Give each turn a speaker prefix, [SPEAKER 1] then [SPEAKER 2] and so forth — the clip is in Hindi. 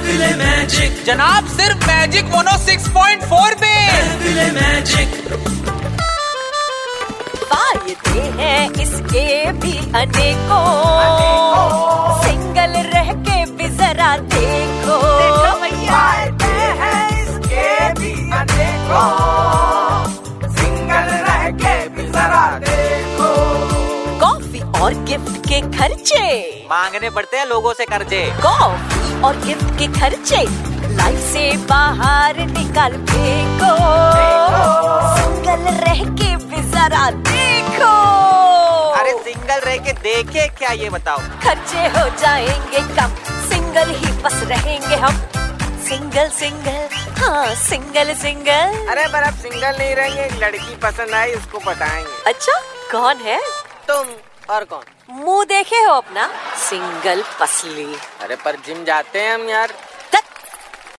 [SPEAKER 1] magic,
[SPEAKER 2] जनाब सिर्फ oh मैजिक मोनो 6.4 पे
[SPEAKER 1] Feel magic.
[SPEAKER 3] फायदे हैं इसके भी अनेकों सिंगल रह के भी जरा देखो कॉफी और गिफ्ट के खर्चे
[SPEAKER 2] मांगने पड़ते हैं लोगों से कर्जे
[SPEAKER 3] कॉफी और गिफ्ट के खर्चे लाइफ से बाहर निकाल फेंको सिंगल रह के भी जरा देखो
[SPEAKER 2] अरे सिंगल रह के देखे क्या ये बताओ
[SPEAKER 3] खर्चे हो जाएंगे कम सिंगल ही बस रहेंगे हम सिंगल सिंगल हाँ सिंगल सिंगल
[SPEAKER 4] अरे पर आप सिंगल नहीं रहेंगे एक लड़की पसंद आई उसको बताएंगे
[SPEAKER 3] अच्छा कौन है
[SPEAKER 4] तुम और कौन
[SPEAKER 3] मुंह देखे हो अपना सिंगल पसली
[SPEAKER 4] अरे पर जिम जाते हैं हम यार